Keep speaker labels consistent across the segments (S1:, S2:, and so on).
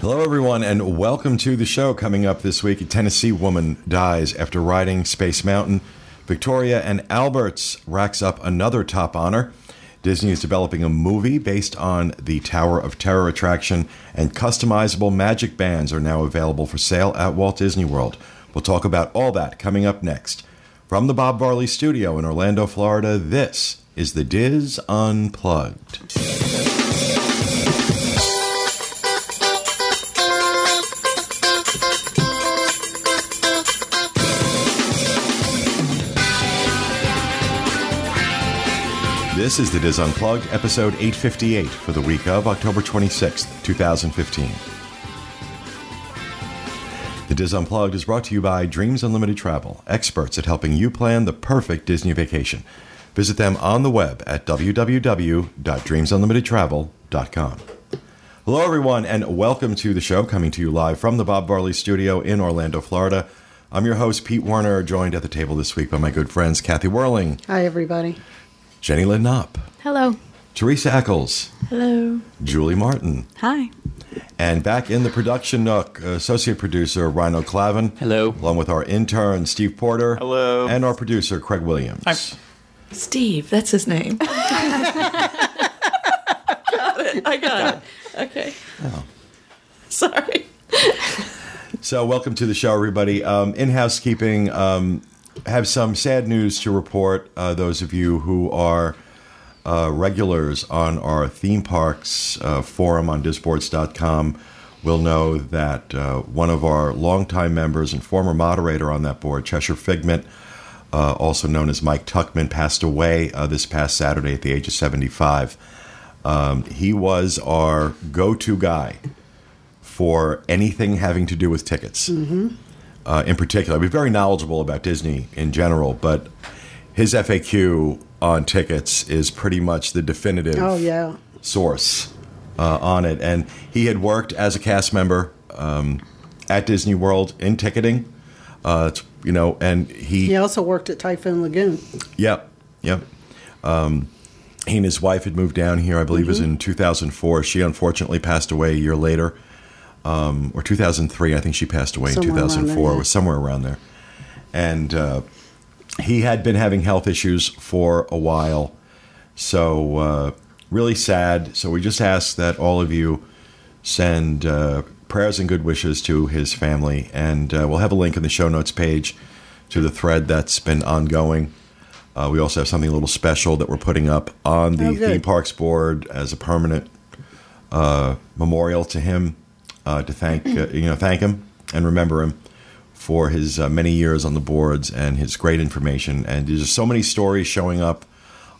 S1: Hello, everyone, and welcome to the show. Coming up this week, a Tennessee woman dies after riding Space Mountain. Victoria and Alberts racks up another top honor. Disney is developing a movie based on the Tower of Terror attraction, and customizable magic bands are now available for sale at Walt Disney World. We'll talk about all that coming up next. From the Bob Varley Studio in Orlando, Florida, this is the Diz Unplugged. This is the Diz Unplugged, episode 858 for the week of October 26th, 2015. The Diz Unplugged is brought to you by Dreams Unlimited Travel, experts at helping you plan the perfect Disney vacation. Visit them on the web at www.dreamsunlimitedtravel.com. Hello, everyone, and welcome to the show coming to you live from the Bob Varley Studio in Orlando, Florida. I'm your host, Pete Warner, joined at the table this week by my good friends Kathy Whirling,
S2: Hi, everybody.
S1: Jenny Lynn Knopp,
S3: Hello.
S1: Teresa Eccles,
S3: Hello.
S1: Julie Martin,
S3: Hi.
S1: and back in the production nook, associate producer Rhino Clavin.
S4: Hello.
S1: Along with our intern Steve Porter.
S4: Hello.
S1: And our producer Craig Williams.
S4: Hi.
S5: Steve, that's his name. got it. I got it. Okay. Sorry.
S1: So, welcome to the show, everybody. Um, in housekeeping, um, have some sad news to report. Uh, those of you who are uh, regulars on our theme parks uh, forum on disboards.com will know that uh, one of our longtime members and former moderator on that board, Cheshire Figment, uh, also known as Mike Tuckman, passed away uh, this past Saturday at the age of 75. Um, he was our go to guy for anything having to do with tickets.
S2: Mm-hmm.
S1: Uh, in particular, he's very knowledgeable about Disney in general, but his FAQ on tickets is pretty much the definitive
S2: Oh, yeah.
S1: source uh, on it. And he had worked as a cast member um, at Disney World in ticketing. Uh, it's- you know, and he,
S2: He also worked at Typhoon Lagoon.
S1: yep, yep. Um, he and his wife had moved down here, I believe, it was
S2: Mm-hmm.
S1: in 2004. She unfortunately passed away a year later, um, or 2003. I think she passed away
S2: Somewhere
S1: in
S2: around there,
S1: 2004. It
S2: yeah.
S1: was somewhere around there. And uh, he had been having health issues for a while. So uh, really sad. So we just ask that all of you send uh, prayers and good wishes to his family, and uh, we'll have a link in the show notes page to the thread that's been ongoing. Uh, we also have something a little special that we're putting up on the
S2: Oh, good.
S1: theme parks board as a permanent uh, memorial to him uh, to thank uh, you know thank him and remember him for his uh, many years on the boards and his great information. And there's just so many stories showing up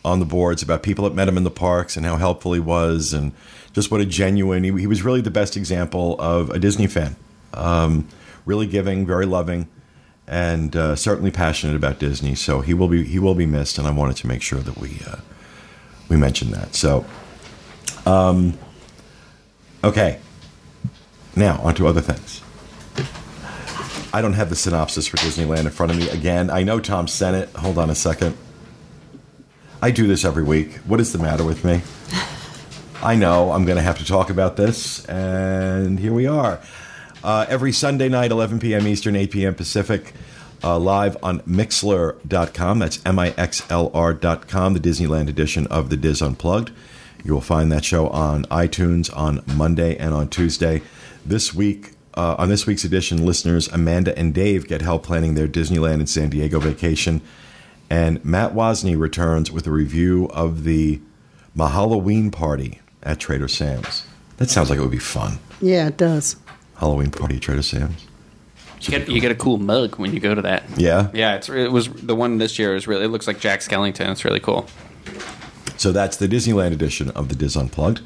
S1: on the boards about people that met him in the parks and how helpful he was and just what a genuine he, he was really the best example of a Disney fan. Um, really giving, very loving, and uh, certainly passionate about Disney. So he will be he will be missed, and I wanted to make sure that we uh, we mentioned that. So. Um, okay. Now, on to other things. I don't have the synopsis for Disneyland in front of me again. I know Tom sent it. Hold on a second. I do this every week. What is the matter with me? I know I'm going to have to talk about this, and here we are. Uh, every Sunday night, 11 p.m. Eastern, 8 p.m. Pacific, uh, live on Mixlr.com. That's M I X L R.com, the Disneyland edition of the Diz Unplugged. You will find that show on iTunes on Monday and on Tuesday. This week, uh, on this week's edition, listeners Amanda and Dave get help planning their Disneyland and San Diego vacation. And Matt Wozni returns with a review of the Mahalloween party at Trader Sam's. That sounds like it would be fun.
S2: Yeah, it does.
S1: Halloween party at Trader Sam's.
S4: You get, you get a cool mug when you go to that.
S1: Yeah.
S4: Yeah, it's it was the one this year is really it looks like Jack Skellington. It's really cool.
S1: So that's the Disneyland edition of the Dis Unplugged,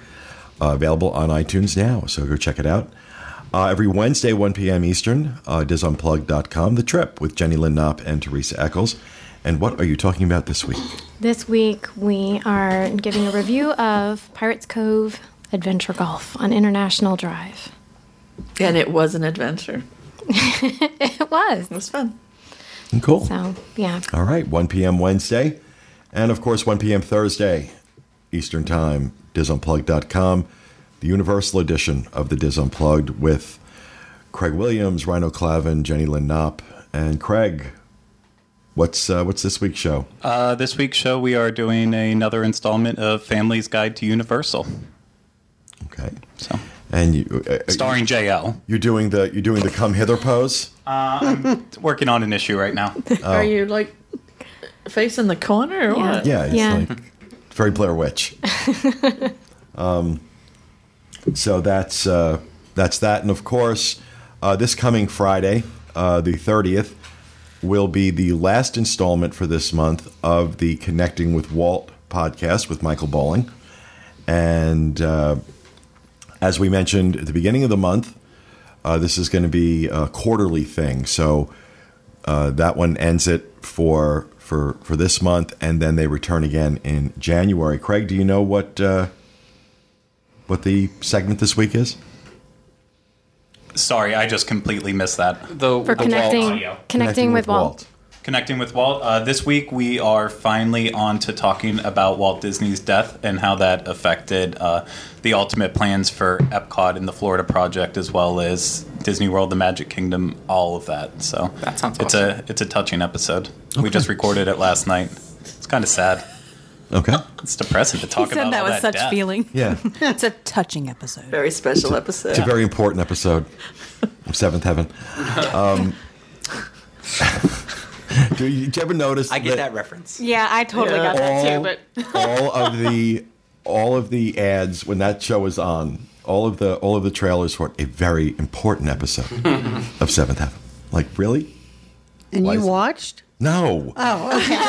S1: uh, available on iTunes now. So go check it out. Uh, every Wednesday, 1 p.m. Eastern, uh, disunplugged.com, The Trip with Jenny Lynn Knopp and Teresa Eccles. And what are you talking about this week?
S3: This week we are giving a review of Pirates Cove Adventure Golf on International Drive.
S5: And it was an adventure.
S3: It was.
S5: It was fun.
S1: Cool.
S3: So, yeah.
S1: All right, 1 p.m. Wednesday, and of course 1 p.m. Thursday, Eastern Time. Disunplug.com. the Universal Edition of the Diz Unplugged with Craig Williams, Rhino Clavin, Jenny Lynn Knopp, and Craig. What's uh, what's this week's show?
S6: Uh, this week's show, we are doing another installment of Family's Guide to Universal.
S1: Okay,
S6: So,
S1: and you uh,
S6: starring JL.
S1: you're doing the you're doing the come hither pose.
S6: Working on an issue right now.
S5: Are you like facing the corner or
S3: Yeah.
S5: what?
S1: Yeah, it's
S3: Yeah.
S1: like very Blair Witch. um, so that's uh, that's that, and of course, uh, this coming Friday, uh, the thirtieth, will be the last installment for this month of the Connecting with Walt podcast with Michael Bowling, and uh, as we mentioned at the beginning of the month, uh, this is going to be a quarterly thing. So uh, that one ends it for for for this month, and then they return again in January. Craig, do you know what uh, what the segment this week is?
S6: Sorry, I just completely missed that.
S4: The,
S3: For
S4: the
S3: connecting,
S4: Walt,
S6: audio.
S3: connecting, with, Walt.
S6: Connecting with Walt. Uh, this week, we are finally on to talking about Walt Disney's death and how that affected uh, the ultimate plans for Epcot and the Florida project, as well as Disney World, the Magic Kingdom, all of that. So
S4: That sounds
S6: it's a it's a touching episode. We just recorded it last night. It's kind of sad.
S1: Okay.
S6: It's depressing to talk
S7: He
S6: about.
S7: said that
S6: all
S7: with such
S6: death.
S7: feeling.
S1: Yeah, it's
S7: It's a touching episode.
S5: Very special episode.
S1: a very important episode of Seventh Heaven. Um, do, you, do you ever notice?
S8: I get that reference.
S7: Yeah, I totally
S5: Yeah.
S7: got that.
S1: all,
S5: but-
S1: all of the all of the ads when that show is on, all of the all of the trailers for it, a very important episode of Seventh Heaven. Like really?
S2: And
S1: Why
S2: you
S1: is it-
S2: watched?
S1: No,
S2: Oh, okay.
S1: no,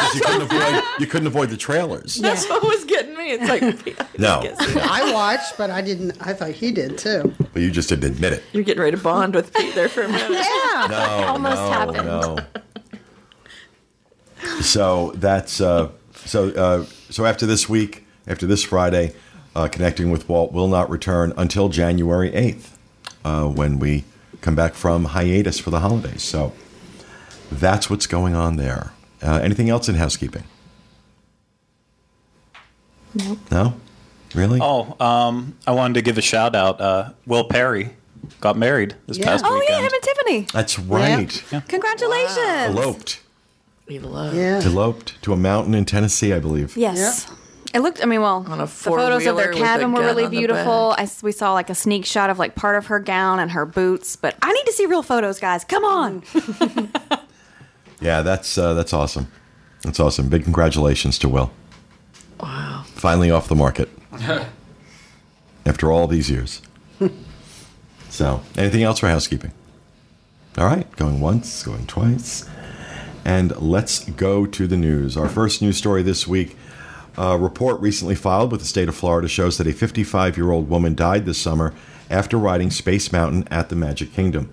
S1: just you couldn't avoid you couldn't avoid the trailers.
S5: That's what was getting me. It's like
S1: No,
S2: I watched, but I didn't. I thought he did too.
S1: but you just didn't admit it.
S5: you're getting ready to bond with Pete there for a minute.
S2: Yeah.
S1: No,
S3: Almost
S1: no,
S3: happened.
S1: no. So that's uh, so uh, so after this week, after this Friday, uh, connecting with Walt will not return until January eighth, uh, when we come back from hiatus for the holidays. So that's what's going on there. Uh, anything else in housekeeping?
S3: Nope.
S1: No, really?
S6: Oh, um, I wanted to give a shout out. Uh, Will Perry got married this
S2: Yeah.
S6: past
S7: Oh, yeah,
S6: weekend.
S7: him and Tiffany.
S1: that's right.
S7: Congratulations.
S1: Eloped.
S5: We love
S2: Yeah.
S1: eloped to a mountain in Tennessee, I believe.
S7: Yes. It looked, I mean, well,
S5: On a
S7: the
S5: four-wheeler
S7: photos of their
S5: with a
S7: cabin were
S5: gun
S7: really
S5: on the
S7: beautiful. I s we saw like a sneak shot of like part of her gown and her boots, but I need to see real photos, guys. Come on.
S1: Yeah, that's uh, that's awesome. That's awesome. Big congratulations to Will. Wow. Finally off the market after all these years. so, anything else for housekeeping? All right, going once, going twice. And let's go to the news. Our first news story this week. A uh, report recently filed with the state of Florida shows that a 55 year old woman died this summer after riding Space Mountain at the Magic Kingdom.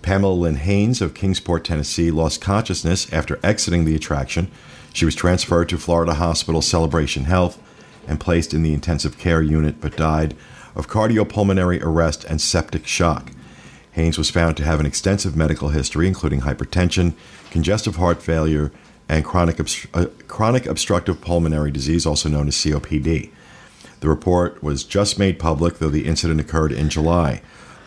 S1: Pamela Lynn Haynes of Kingsport, Tennessee, lost consciousness after exiting the attraction. She was transferred to Florida Hospital Celebration Health and placed in the intensive care unit, but died of cardiopulmonary arrest and septic shock. Haynes was found to have an extensive medical history, including hypertension, congestive heart failure, and chronic, obst- uh, chronic obstructive pulmonary disease, also known as COPD. The report was just made public, though the incident occurred in July.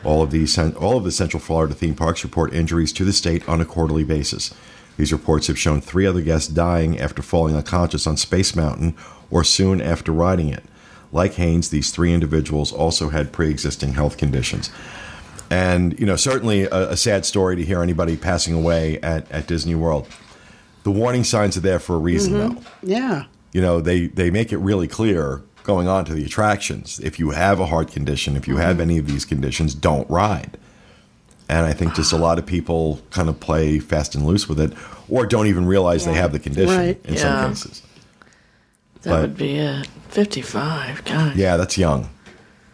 S1: All of the cen- all of the Central Florida theme parks report injuries to the state on a quarterly basis. These reports have shown three other guests dying after falling unconscious on Space Mountain or soon after riding it. Like Haynes, these three individuals also had pre-existing health conditions. And you know, certainly a, a sad story to hear anybody passing away at, at Disney World. The warning signs are there for a reason, though
S2: Yeah.
S1: you know they they make it really clear going on to the attractions if you have a heart condition if you have any of these conditions don't ride and i think just a lot of people kind of play fast and loose with it or don't even realize they have the condition
S2: Right.
S1: in
S5: Yeah.
S1: some cases
S5: That
S1: But-
S5: would be it. 55, God.
S1: yeah that's young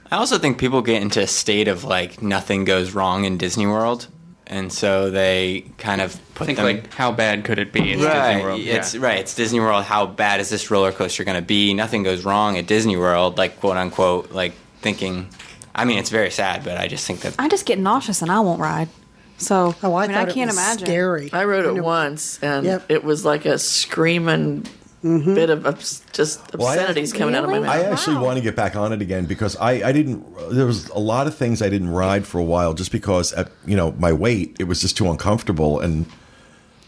S8: I also think people get into a state of like nothing goes wrong in Disney World, and so they kind of put
S4: Think
S8: them
S4: like how bad could it be? in
S8: right.
S4: Disney World.
S8: It's
S4: yeah.
S8: right. It's Disney World. How bad is this roller coaster going to be? Nothing goes wrong at Disney World, like quote unquote, like thinking. I mean, it's very sad, but I just think that
S7: I just get nauseous and I won't ride. So,
S2: Oh, I,
S7: I, mean,
S2: thought
S7: I can't
S2: it was
S7: imagine.
S2: Scary.
S5: I rode it once and
S2: Yep. Mm-hmm.
S5: it was like a screaming bit of obs- just
S1: Well, I-
S5: obscenities coming out of my
S3: Really?
S5: mouth.
S1: I actually
S3: Wow.
S1: want to get back on it again because I, I didn't. There was a lot of things I didn't ride for a while just because at you know my weight it was just too uncomfortable. And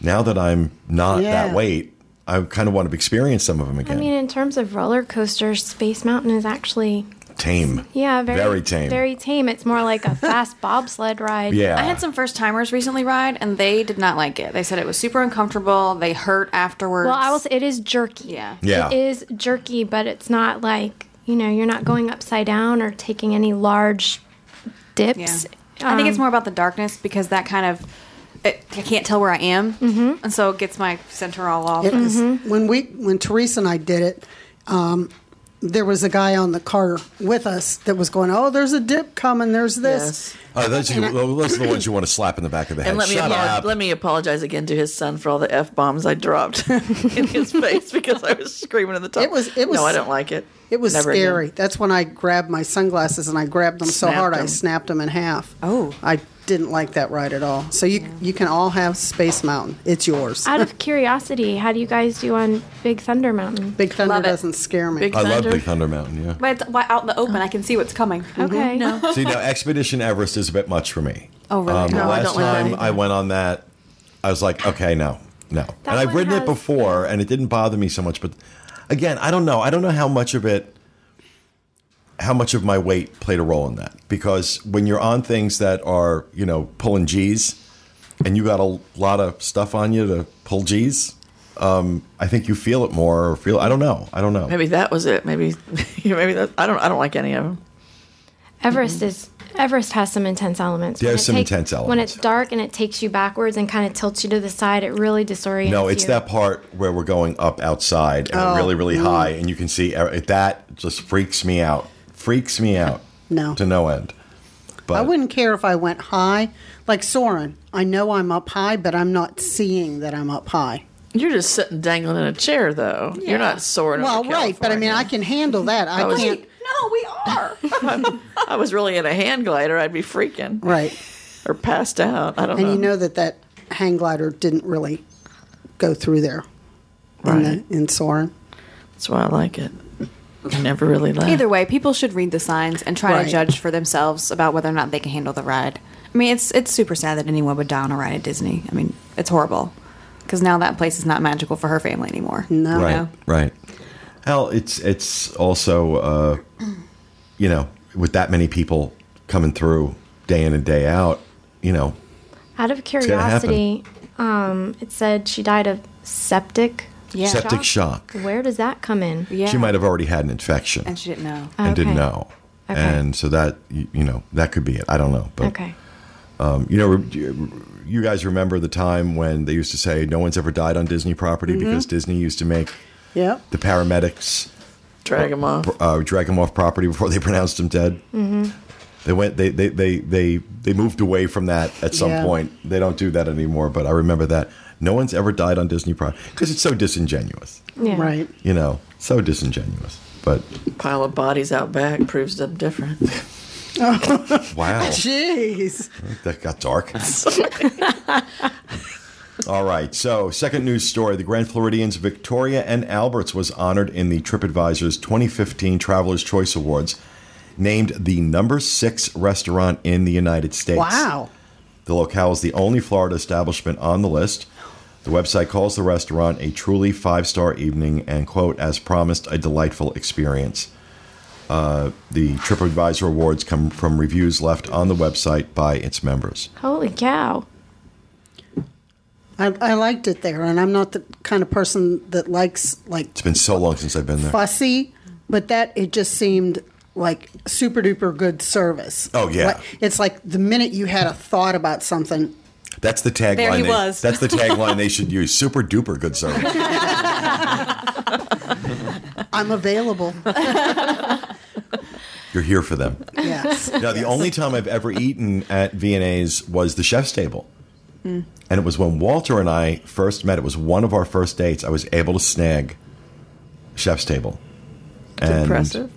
S1: now that I'm not
S2: Yeah.
S1: that weight, I kind of want to experience some of them
S3: I
S1: again.
S3: mean, in terms of roller coasters, Space Mountain is actually
S1: tame.
S3: yeah very
S1: Very tame.
S3: Very tame. It's more like a fast bobsled ride.
S1: Yeah.
S7: I had some first timers recently ride, and they did not like it. They said it was super uncomfortable. They hurt afterwards.
S3: Well, I will say it is jerky.
S7: Yeah.
S1: Yeah.
S3: It is jerky, but it's not like, you know, you're not going upside down or taking any large
S7: Yeah.
S3: dips.
S7: I think it's
S3: Um,
S7: more about the darkness because that kind of it, I can't tell where I am, mm-hmm. and so it gets my center all off.
S2: It was when we when Teresa and I did it. Um, there was a guy on the car with us that was going, "Oh, there's a dip coming. There's this."
S5: Yes.
S1: Uh, those, are, those are the ones you want to slap in the back of the head.
S5: And let me,
S1: Shut
S5: apologize,
S1: up.
S5: let me apologize again to his son for all the f bombs I dropped in his face because I was screaming at the top.
S2: It was- it was-
S5: no, I don't like it.
S2: It was
S5: Never again.
S2: scary. That's when I grabbed my sunglasses and I grabbed them so
S5: Snapped
S2: hard I
S5: them.
S2: snapped them in half.
S7: Oh.
S2: I didn't like that ride at all. So you you can all have Space Mountain. It's yours.
S3: Out of curiosity, how do you guys do on Big Thunder Mountain?
S2: Big Thunder
S7: Love it.
S2: doesn't scare me.
S5: Big
S1: I love
S5: Thunder.
S1: Big Thunder Mountain. Yeah.
S7: But it's wi- out in the open, I can see what's coming.
S2: Mm-hmm.
S3: Okay.
S1: See now, Expedition Everest is a bit much for me.
S7: Oh, really?
S1: Um, the
S5: No, I
S1: last
S5: don't like that
S1: time
S5: either.
S1: I went on that, I was like, okay, no, no.
S3: That
S1: and I've
S3: one
S1: ridden it
S3: has-
S1: before, and it didn't bother me so much. But again, I don't know. I don't know how much of it, how much of my weight played a role in that. Because when you're on things that are, you know, pulling G's, and you got a lot of stuff on you to pull G's, um, I think you feel it more. Or feel I don't know. I don't know.
S5: Maybe that was it. Maybe, maybe that. I don't. I don't like any of them.
S3: Everest is Everest has some intense elements. When
S1: There's
S3: it
S1: some
S3: takes-
S1: intense
S3: When
S1: elements.
S3: it's dark and it takes you backwards and kind of tilts you to the side, it really disorients
S1: No, it's
S3: you.
S1: that part where we're going up outside and we're really, really high, and you can see er- that just freaks me out. Freaks me out.
S2: No.
S1: to no end. But
S2: I wouldn't care if I went high, like Soren. I know I'm up high, but I'm not seeing that I'm up high.
S5: You're just sitting dangling in a chair, though. You're not soaring.
S2: Well,
S5: over
S2: right, but I mean, I
S5: California.
S2: can handle that. I
S5: was-
S2: can't.
S7: No, we are.
S5: I was really in a hand glider. I'd be freaking
S2: Right,
S5: or passed out. I don't
S2: and
S5: know.
S2: you know that that hang glider didn't really go through there in
S5: Right.
S2: the in Soren.
S5: That's why I like it. I never really laugh.
S7: Either way, people should read the signs and try
S2: Right.
S7: to judge for themselves about whether or not they can handle the ride. I mean, it's it's super sad that anyone would die on a ride at Disney. I mean, it's horrible because now that place is not magical for her family anymore.
S2: No,
S1: right,
S7: know.
S1: right. Hell, it's it's also uh, you know with that many people coming through day in and day out, you know,
S3: Out of
S1: gonna happen.
S3: curiosity, um, it said she died of septic.
S7: Yeah.
S1: septic shock.
S3: Where does that come in?
S7: Yeah,
S1: She might have already had an infection
S7: and she didn't know.
S1: and didn't
S3: Okay.
S1: know,
S3: Okay.
S1: and so that you, you know that could be it. I don't know, but
S3: Okay.
S1: You know, re- you guys remember the time when they used to say no one's ever died on Disney property because Disney used to make
S2: Mm-hmm. Yep. Uh-huh.
S1: the paramedics
S5: Drag them off.
S1: uh, drag them off property before they pronounced them dead.
S2: Mm-hmm.
S1: They went. They, they they they they moved away from that at some
S2: Yeah.
S1: point. They don't do that anymore. But I remember that no one's ever died on Disney property because it's so disingenuous.
S3: Yeah.
S2: Right.
S1: You know, so disingenuous. But
S5: Pile of bodies out back proves them different.
S1: wow,
S2: Jeez.
S1: that got dark. All right. So, second news story the Grand Floridians Victoria and Alberts was honored in the TripAdvisor's 2015 Traveler's Choice Awards, named the number six restaurant in the United States.
S2: Wow.
S1: The locale is the only Florida establishment on the list. The website calls the restaurant a truly five star evening and, quote, as promised, a delightful experience. Uh, the TripAdvisor Awards come from reviews left on the website by its members.
S3: Holy cow.
S2: I, I liked it there, and I'm not the kind of person that likes like
S1: It's been so long since I've been there.
S2: fussy, but that it just seemed like super duper good service.
S1: Oh, yeah.
S2: Like- it's like the minute you had a thought about something,
S1: That's the tagline.
S7: There he
S1: they-
S7: was.
S1: That's the tagline they should use. Super duper good service.
S2: I'm available.
S1: You're here for them.
S2: yes.
S1: Now, the only time I've ever eaten at V&A's was the chef's table.
S7: Hmm.
S1: And it was when Walter and I first met. It was one of our first dates. I was able to snag chef's table.
S5: It's impressive.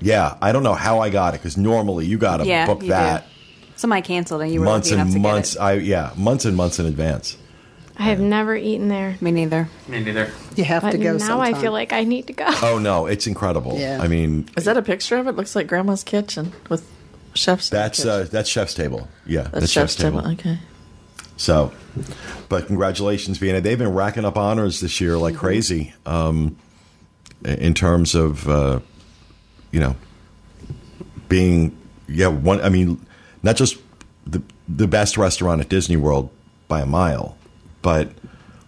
S1: Yeah, I don't know how I got it because normally you got to
S7: Yeah,
S1: book
S7: you
S1: that
S7: do. Somebody canceled and you were
S1: months
S7: lucky enough
S1: and
S7: to
S1: months.
S7: get
S1: I yeah, months and months in advance.
S3: I have never eaten there.
S7: Me neither.
S4: Me neither.
S2: You have
S3: But
S2: to go
S3: now
S2: sometime.
S3: I feel like I need to go.
S1: Oh no, it's incredible.
S2: Yeah.
S1: I mean,
S5: Is that a picture of it? Looks like Grandma's kitchen with chef's.
S1: that's
S5: kitchen.
S1: uh, that's chef's table. Yeah,
S5: that's chef's table. Okay.
S1: So, but congratulations, Vienna. They've been racking up honors this year
S5: Mm-hmm.
S1: like crazy. Um, in terms of uh, you know being yeah one. I mean, not just the the best restaurant at Disney World by a mile, but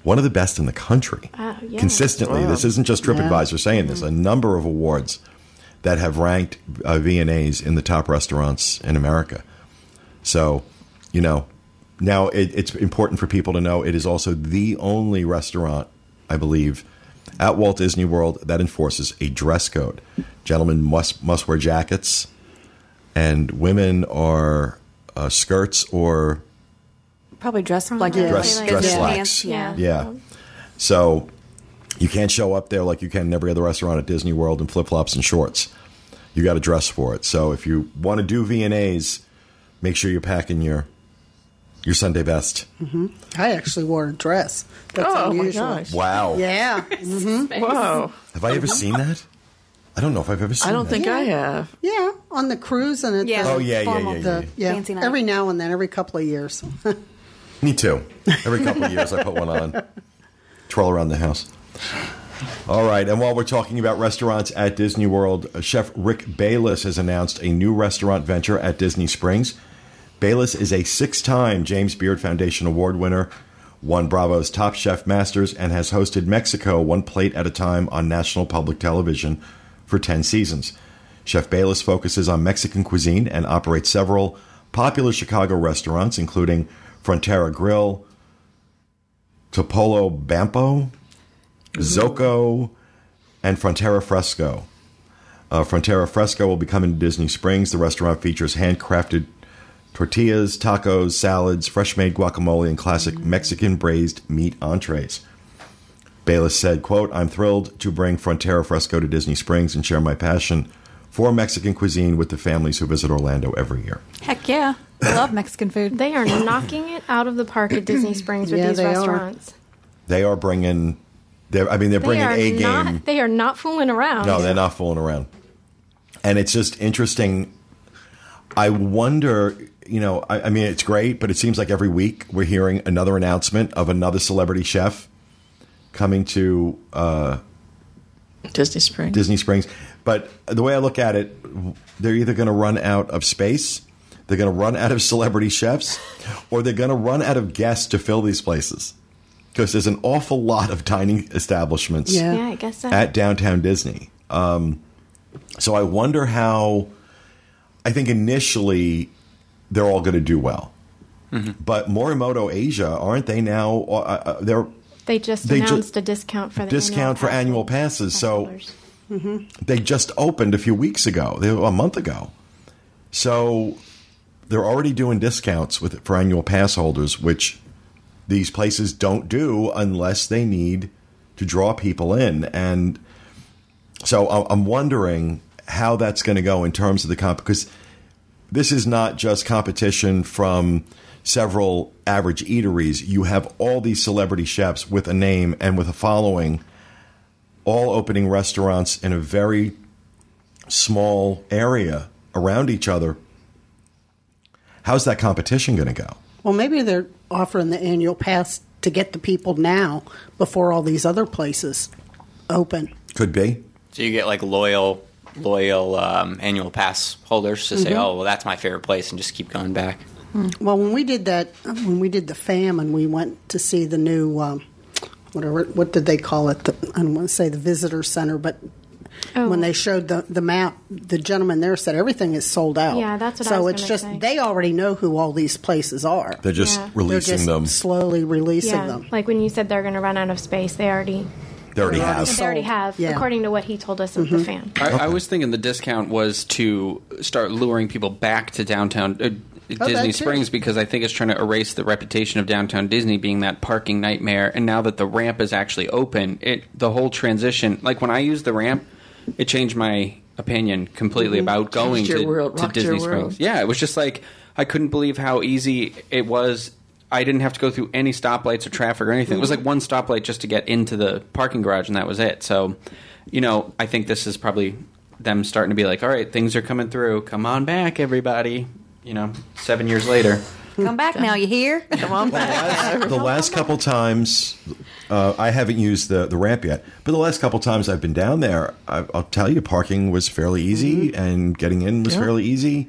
S1: one of the best in the country.
S3: Wow, yeah.
S1: Consistently, this isn't just TripAdvisor saying this. A number of awards that have ranked uh, V&A's in the top restaurants in America. So, you know, now it, it's important for people to know it is also the only restaurant, I believe, at Walt Disney World that enforces a dress code. Gentlemen must must wear jackets, and women are uh, skirts or
S7: Probably dress like
S3: Probably
S1: Dress-
S3: like-
S1: dress
S3: yeah.
S1: slacks.
S3: Yeah.
S1: yeah. So you can't show up there like you can in every other restaurant at Disney World in flip flops and shorts. You got to dress for it. So if you want to do V and A's, make sure you're packing your your Sunday best.
S2: I actually wore a dress. That's
S5: oh
S2: unusual.
S5: my gosh!
S1: Wow.
S2: Yeah, Mm-hmm.
S5: Whoa!
S1: Have I ever seen that? I don't know if I've ever seen.
S5: I don't
S1: that.
S5: think I have.
S2: yeah, on the cruise and at
S7: Yeah.
S2: the
S1: Oh yeah, yeah, yeah,
S7: Formal,
S1: yeah.
S2: the, yeah.
S7: Fancy night.
S2: every now and then, every couple of years.
S1: Me too. Every couple of years, I put one on. Troll around the house. All right, and while we're talking about restaurants at Disney World, uh, Chef Rick Bayless has announced a new restaurant venture at Disney Springs. Bayless is a six time James Beard Foundation Award winner, won Bravo's Top Chef Masters, and has hosted Mexico one plate at a time on national public television for 10 seasons. Chef Bayless focuses on Mexican cuisine and operates several popular Chicago restaurants, including Frontera Grill, Topolo Bampo, Zoco, and Frontera Fresco. Uh, Frontera Fresco will be coming to Disney Springs. The restaurant features handcrafted tortillas, tacos, salads, fresh made guacamole, and classic
S3: Mm.
S1: Mexican braised meat entrees. Bayless said, quote, I'm thrilled to bring Frontera Fresco to Disney Springs and share my passion for Mexican cuisine with the families who visit Orlando every year.
S7: Heck yeah. I love Mexican food.
S3: They are knocking it out of the park at Disney Springs with
S2: Yeah,
S3: these
S2: they are.
S3: restaurants.
S1: They are bringing, they're, I mean, they're
S3: They
S1: bringing
S3: are
S1: a game.
S3: not. They are not fooling around.
S1: No, they're not fooling around. And it's just interesting. I wonder, you know, I, I mean, it's great, but it seems like every week we're hearing another announcement of another celebrity chef coming to uh,
S5: Disney Springs.
S1: Disney Springs. But the way I look at it, they're either going to run out of space, they're going to run out of celebrity chefs, or they're going to run out of guests to fill these places. Because there's an awful lot of dining establishments
S2: Yeah.
S3: Yeah, I guess uh, so.
S1: at downtown Disney. Um, so I wonder how. I think initially they're all going to do well, but Morimoto Asia aren't they now? Uh, uh, they're
S3: they just
S1: they ju-
S3: announced a discount for the
S1: discount for
S3: pass
S1: annual passes. So
S3: holders.
S1: they just opened a few weeks ago, they, a month ago. So they're already doing discounts with for annual pass holders, which these places don't do unless they need to draw people in. And so I- I'm wondering how that's going to go in terms of the comp because this is not just competition from several average eateries. You have all these celebrity chefs with a name and with a following, all opening restaurants in a very small area around each other. How's that competition going to go?
S2: Well, maybe they're offering the annual pass to get the people now before all these other places open.
S1: Could be.
S8: So you get like loyal, loyal um, annual pass holders to
S7: Mm-hmm.
S8: say, "Oh, well, that's my favorite place," and just keep going back.
S2: Well, when we did that, when we did the fam, and we went to see the new, um, whatever, what did they call it? The, I don't want to say the visitor center, but
S3: Oh.
S2: when they showed the, the map, the gentleman there said everything is sold out.
S3: Yeah, that's what I
S2: so
S3: was
S2: it's
S3: gonna
S2: just
S3: say.
S2: they already know who all these places are.
S1: They're just
S3: Yeah.
S2: They're
S1: releasing
S2: just
S1: them.
S2: slowly releasing
S3: Yeah,
S2: them.
S3: like when you said they're going to run out of space, they already
S1: They already
S2: They're already
S1: have.
S3: they already
S2: Sold.
S3: have,
S2: Yeah.
S3: according to what he told us of the fan.
S4: I, I was thinking the discount was to start luring people back to downtown uh, Disney
S2: too.
S4: Springs because I think it's trying to erase the reputation of downtown Disney being that parking nightmare. And now that the ramp is actually open, it the whole transition. Like when I used the ramp, it changed my opinion completely about going
S5: your
S4: to,
S5: world,
S4: to
S5: rocked your
S4: Disney
S5: world.
S4: Springs. Yeah, it was just like I couldn't believe how easy it was. I didn't have to go through any stoplights or traffic or anything. It was like one stoplight just to get into the parking garage, and that was it. So, you know, I think this is probably them starting to be like, all right, things are coming through. Come on back, everybody. You know, seven years later.
S7: Come back now, you hear?
S5: Come on back.
S1: the last couple times, uh, I haven't used the, the ramp yet, but the last couple times I've been down there, I, I'll tell you, parking was fairly easy and getting in was fairly easy. it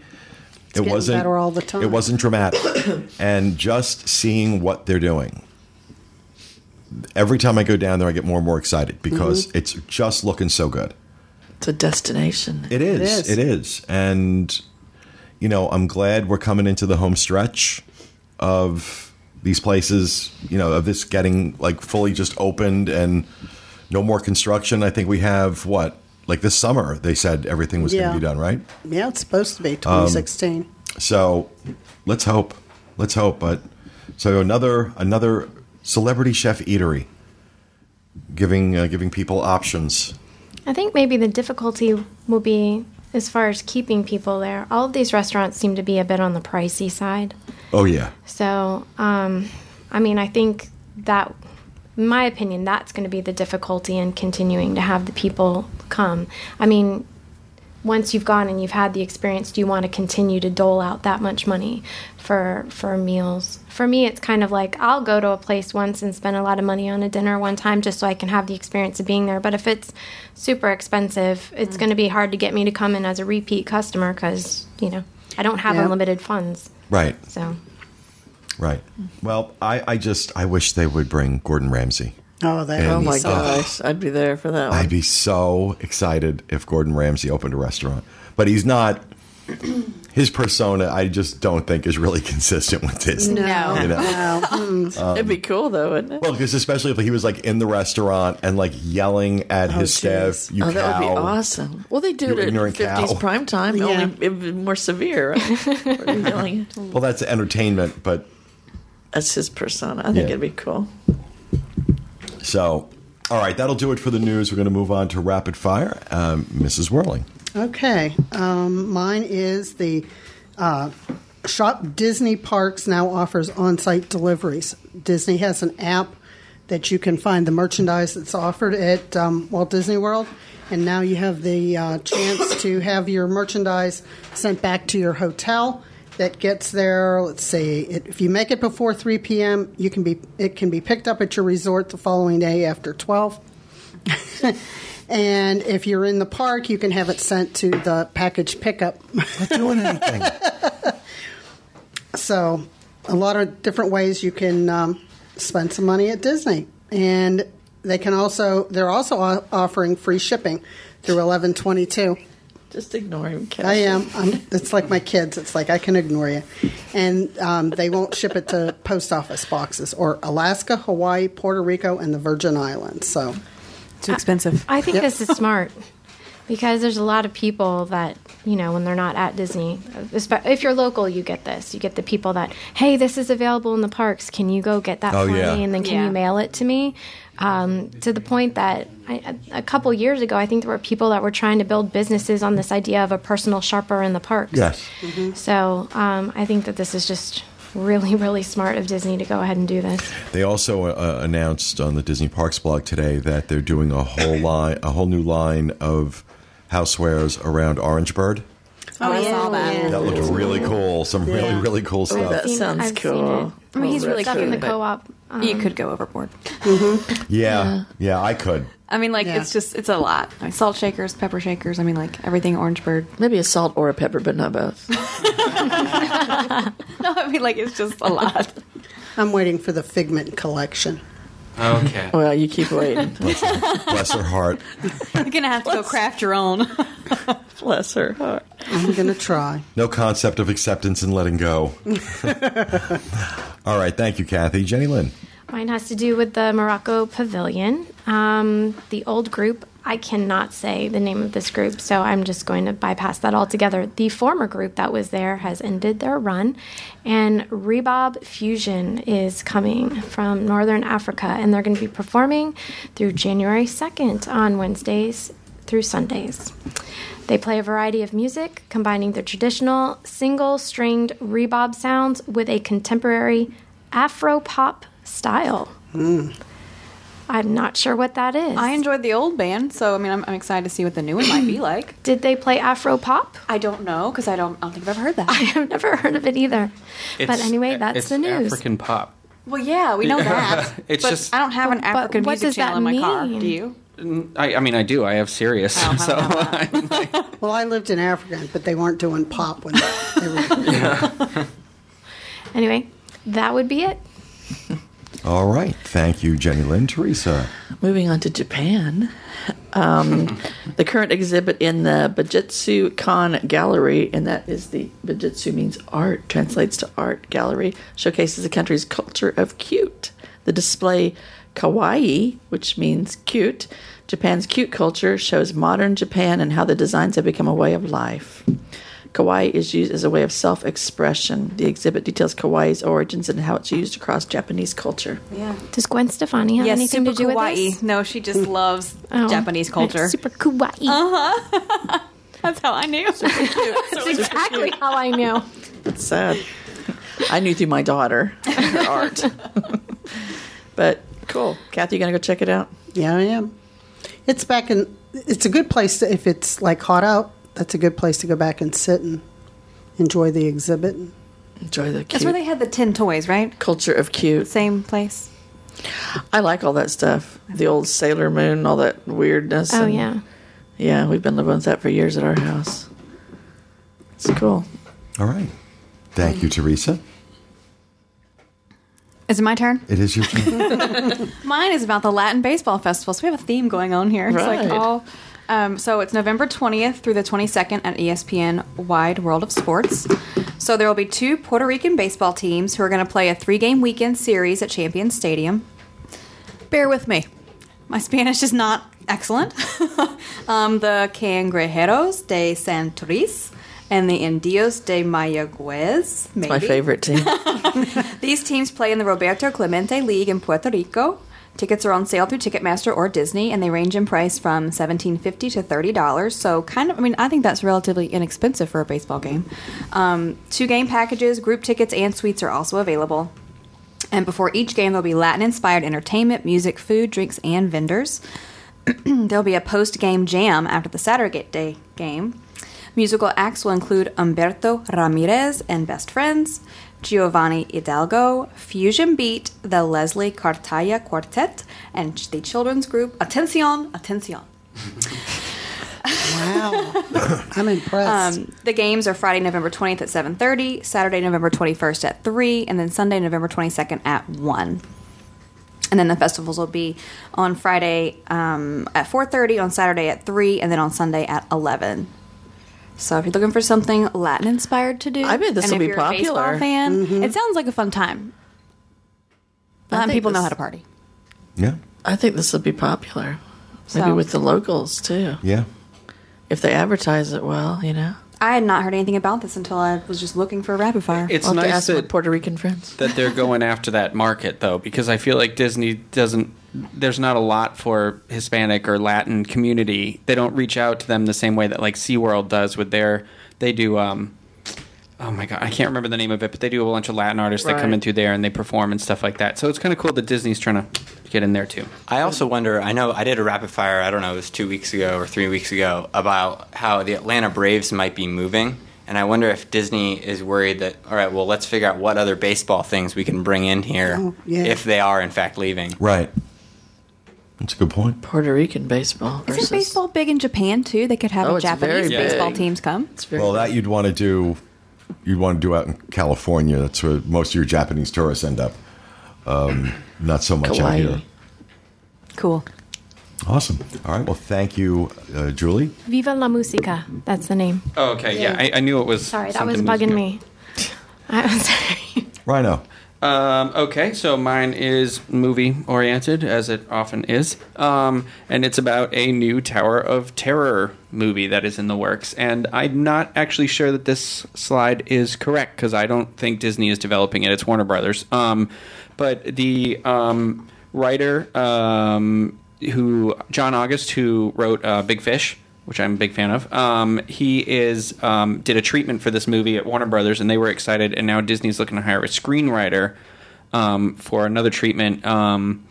S2: Mm-hmm. getting
S1: wasn't
S2: better all the time.
S1: It wasn't dramatic, and just seeing what they're doing. Every time I go down there, I get more and more excited because
S2: Mm-hmm.
S1: it's just looking so good.
S5: It's a destination.
S1: It is.
S2: is.
S1: It is. And you know, I'm glad we're coming into the home stretch of these places, you know, of this getting like fully just opened and no more construction. I think we have what? Like this summer they said everything was going
S2: Yeah.
S1: to be done, right?
S2: Yeah, it's supposed to
S1: Um,
S2: be 2016.
S1: So, let's hope. Let's hope, but so another another celebrity chef eatery giving uh, giving people options.
S3: I think maybe the difficulty will be as far as keeping people there. All of these restaurants seem to be a bit on the pricey side.
S1: Oh yeah.
S3: So, um, I mean, I think that, in my opinion, that's going to be the difficulty in continuing to have the people come. I mean, once you've gone and you've had the experience, do you want to continue to dole out that much money for for meals? For me, it's kind of like I'll go to a place once and spend a lot of money on a dinner one time just so I can have the experience of being there. But if it's super expensive, it's going to be hard to get me to come in as a repeat customer because you know I don't have
S2: Yeah.
S3: unlimited funds.
S1: Right.
S3: So
S1: Right. Well, I, I just I wish they would bring Gordon Ramsay.
S2: Oh, they
S1: And-
S5: Oh my
S1: So-
S5: gosh, I'd be there for that
S1: I'd
S5: one.
S1: be so excited if Gordon Ramsay opened a restaurant. But he's not his persona I just don't think is really consistent with Disney.
S7: No.
S1: You know?
S2: Hmm.
S5: It'd be cool though, wouldn't it?
S1: Well, because especially if he was like in the restaurant and like yelling at his
S2: geez.
S1: staff, you
S5: Oh, that would be
S1: cow."
S5: awesome. Well, they did
S1: You
S5: it in
S1: ignorant
S5: 50s
S1: cow.
S5: prime time,
S2: Yeah.
S5: only it'd be more severe. Right? Where you're yelling.
S1: Well, that's entertainment, but
S5: That's his persona. I think
S1: Yeah.
S5: it'd be cool.
S1: so all right, that'll do it for the news. We're going to move on to rapid fire. Um, Mrs. Whirling.
S2: Okay. Um, mine is the uh, Shop Disney Parks now offers on site deliveries. Disney has an app that you can find the merchandise that's offered at um, Walt Disney World, and now you have the uh, chance to have your merchandise sent back to your hotel. That gets there. Let's see. It, if you make it before 3 p.m., you can be. It can be picked up at your resort the following day after 12. And if you're in the park, you can have it sent to the package pickup.
S1: Not doing anything.
S2: So, a lot of different ways you can um, spend some money at Disney. And they can also, they're also o- offering free shipping through 1122.
S5: Just ignore him, Cassie.
S2: I am. I'm, it's like my kids. It's like I can ignore you. And um, they won't ship it to post office boxes or Alaska, Hawaii, Puerto Rico, and the Virgin Islands. So,
S7: Too expensive.
S3: I think this is smart because there's a lot of people that you know when they're not at Disney. espe- If you're local, you get this. You get the people that hey, this is available in the parks. Can you go get that
S1: Oh,
S3: for
S1: yeah.
S3: me? And then can
S7: Yeah.
S3: you mail it to me? Um, to the point that I, a a couple years ago, I think there were people that were trying to build businesses on this idea of a personal shopper in the parks.
S1: Yes.
S3: So um, I think that this is just really, really smart of Disney to go ahead and do this.
S1: They also uh, announced on the Disney Parks blog today that they're doing a whole line, a whole new line of housewares around Orangeburg.
S7: Oh, I saw that.
S1: That looked really cool. Some really
S2: Yeah.
S1: really cool stuff.
S5: That
S3: Seen-
S5: sounds
S3: I've seen
S5: cool.
S3: it. I mean, he's
S5: Oh,
S3: really
S5: that's
S3: stuff in the
S5: cute.
S3: co-op. Um,
S7: you could go overboard.
S1: Yeah, yeah, I could.
S7: I mean, like
S2: Yeah.
S7: it's just it's a lot. I mean, salt shakers, pepper shakers. I mean, like everything orange bird.
S5: Maybe a salt or a pepper, but not both.
S7: No, I mean like it's just a lot.
S2: I'm waiting for the Figment collection.
S4: Okay.
S5: well, you keep waiting.
S1: Bless her heart.
S7: You're gonna have to go craft your own.
S5: Bless her heart.
S2: I'm going to try.
S1: No concept of acceptance and letting go. All right, thank you, Kathy. Jenny Lynn.
S3: Mine has to do with the Morocco Pavilion. Um, the old group, I cannot say the name of this group, so I'm just going to bypass that altogether. The former group that was there has ended their run, and Rebob Fusion is coming from Northern Africa, and they're going to be performing through January 2nd on Wednesdays through Sundays. They play a variety of music, combining the traditional single stringed rebob sounds with a contemporary Afro pop style.
S6: Mm.
S3: I'm not sure what that is.
S7: I enjoyed the old band, so I mean, I'm, I'm excited to see what the new one might be like.
S3: Did they play Afro pop?
S7: I don't know because I don't, I don't think I've ever heard that.
S3: I've never heard of it either. but anyway, that's
S4: it's
S3: the news.
S4: African pop.
S7: Well, yeah, we know that.
S4: It's
S7: but
S4: just-
S7: I don't have an
S3: But- but
S7: African
S3: what
S7: music
S3: does that
S7: channel in my car.
S3: mean?
S7: Do you?
S4: I, I mean, I do. I have Sirius.
S7: I don't
S4: so
S7: have
S2: Well, I lived in Africa, but they weren't doing pop when they were.
S3: Anyway, that would be it.
S1: All right. Thank you, Jenny Lynn. Teresa.
S5: Moving on to Japan, um, the current exhibit in the Bujitsu Con Gallery, and that is the Bujitsu means art, translates to art gallery, showcases the country's culture of cute. The display Kawaii, which means cute, Japan's cute culture shows modern Japan and how the designs have become a way of life. Kawaii is used as a way of self expression. The exhibit details kawaii's origins and how it's used across Japanese culture.
S7: Yeah.
S3: Does Gwen Stefani have
S7: Yes,
S3: anything
S7: super
S3: to do
S7: kawaii.
S3: with this?
S7: No, she just loves
S3: Oh,
S7: Japanese culture.
S3: it's Super kawaii.
S7: That's how I knew.
S3: That's exactly how I know.
S5: sad. I knew through my daughter her art. but cool. Kathy, you gonna go check it out?
S2: yeah, I am. It's back in. It's a good place to, if it's like hot out. That's a good place to go back and sit and enjoy the exhibit.
S5: Enjoy the cute
S7: That's where they had the tin toys, right?
S5: culture of cute.
S7: Same place.
S5: I like all that stuff. The old Sailor Moon, all that weirdness.
S3: Oh
S5: and-
S3: yeah.
S5: Yeah, we've been living with that for years at our house. It's cool.
S1: All right. Thank you, Teresa.
S7: Is it my turn?
S1: It is your turn.
S7: Mine is about the Latin Baseball Festival. So we have a theme going on here. It's
S5: Right.
S7: like all. Um, so it's November 20th through the 22nd at E ESPN Wide World of Sports. So there will be two Puerto Rican baseball teams who are going to play a three game weekend series at Champion Stadium. Bear with me. My Spanish is not excellent. um, the Cangrejeros de Santurce and the Indios de Mayagüez. Maybe.
S5: My favorite team.
S7: These teams play in the Roberto Clemente League in Puerto Rico. Tickets are on sale through Ticketmaster or Disney, and they range in price from seventeen fifty to thirty dollars. So, kind of, I mean, I think that's relatively inexpensive for a baseball game. Um, two game packages, group tickets, and suites are also available. And before each game, there'll be Latin-inspired entertainment, music, food, drinks, and vendors. There'll be a post game jam after the Saturday day game. Musical acts will include Humberto Ramirez and Best Friends, Giovanni Hidalgo, Fusion Beat, the Leslie Cartaya Quartet, and the children's group Atencion, Atencion.
S2: Wow, I'm impressed.
S7: Um, the games are Friday, November 20th at 7.30, Saturday, November 21st at 3, and then Sunday, November 22nd at 1. And then the festivals will be on Friday um, at 4.30, on Saturday at 3, and then on Sunday at 11. So if you're looking for something Latin-inspired to do,
S5: I bet this
S7: and
S5: will be
S7: if you're a baseball
S5: popular. Mm-hmm.
S7: fan, it sounds like a fun time.
S5: I
S7: Latin
S5: think
S7: people know
S5: this-
S7: how to party.
S1: yeah.
S5: I think this will be popular. Maybe
S7: So-
S5: with the locals too.
S1: Yeah.
S5: If they advertise it well, you know.
S7: I had not heard anything about this until I was just looking for rapid fire.
S4: it's
S5: I'll have to
S4: nice
S5: ask my
S4: that,
S5: Puerto Rican friends.
S4: that they're going after that market though, because I feel like Disney doesn't. There's not a lot for Hispanic or Latin community. They don't reach out to them the same way that like SeaWorld does with their. They do. um Oh my god, I can't remember the name of it, but they do a bunch of Latin artists that come
S5: Right.
S4: in through there and they perform and stuff like that. So it's kind of cool that Disney's trying to get in there too.
S8: I also wonder. I know I did a rapid fire. I don't know. It was two weeks ago or three weeks ago about how the Atlanta Braves might be moving, and I wonder if Disney is worried that all right, well, let's figure out what other baseball things we can bring in here
S2: Oh, yeah.
S8: if they are in fact leaving.
S1: Right. That's a good point.
S5: Puerto Rican baseball versus
S7: Isn't baseball big in Japan, too? They could have
S5: Oh,
S7: a
S5: it's very
S7: Japanese baseball
S5: big.
S7: teams come.
S5: It's very
S1: Well, that you'd want to do, you'd want to do out in California. That's where most of your Japanese tourists end up. Um, not so much out
S5: Hawaii.
S1: here.
S7: Cool.
S1: Awesome. All right. Well, thank you, uh, Julie.
S3: Viva la música. That's the name.
S4: Oh, okay, yeah, I, I knew it was.
S3: Sorry, that was
S4: something
S3: bugging me. I'm sorry.
S1: Rhino.
S4: Um, okay, so mine is movie oriented, as it often is. Um, and it's about a new Tower of Terror movie that is in the works. And I'm not actually sure that this slide is correct because I don't think Disney is developing it. It's Warner Brothers. Um, but the um, writer um, who, John August, who wrote uh, Big Fish which I'm a big fan of. Um, he is um, did a treatment for this movie at Warner Brothers, and they were excited. And now Disney's looking to hire a screenwriter um, for another treatment. Um,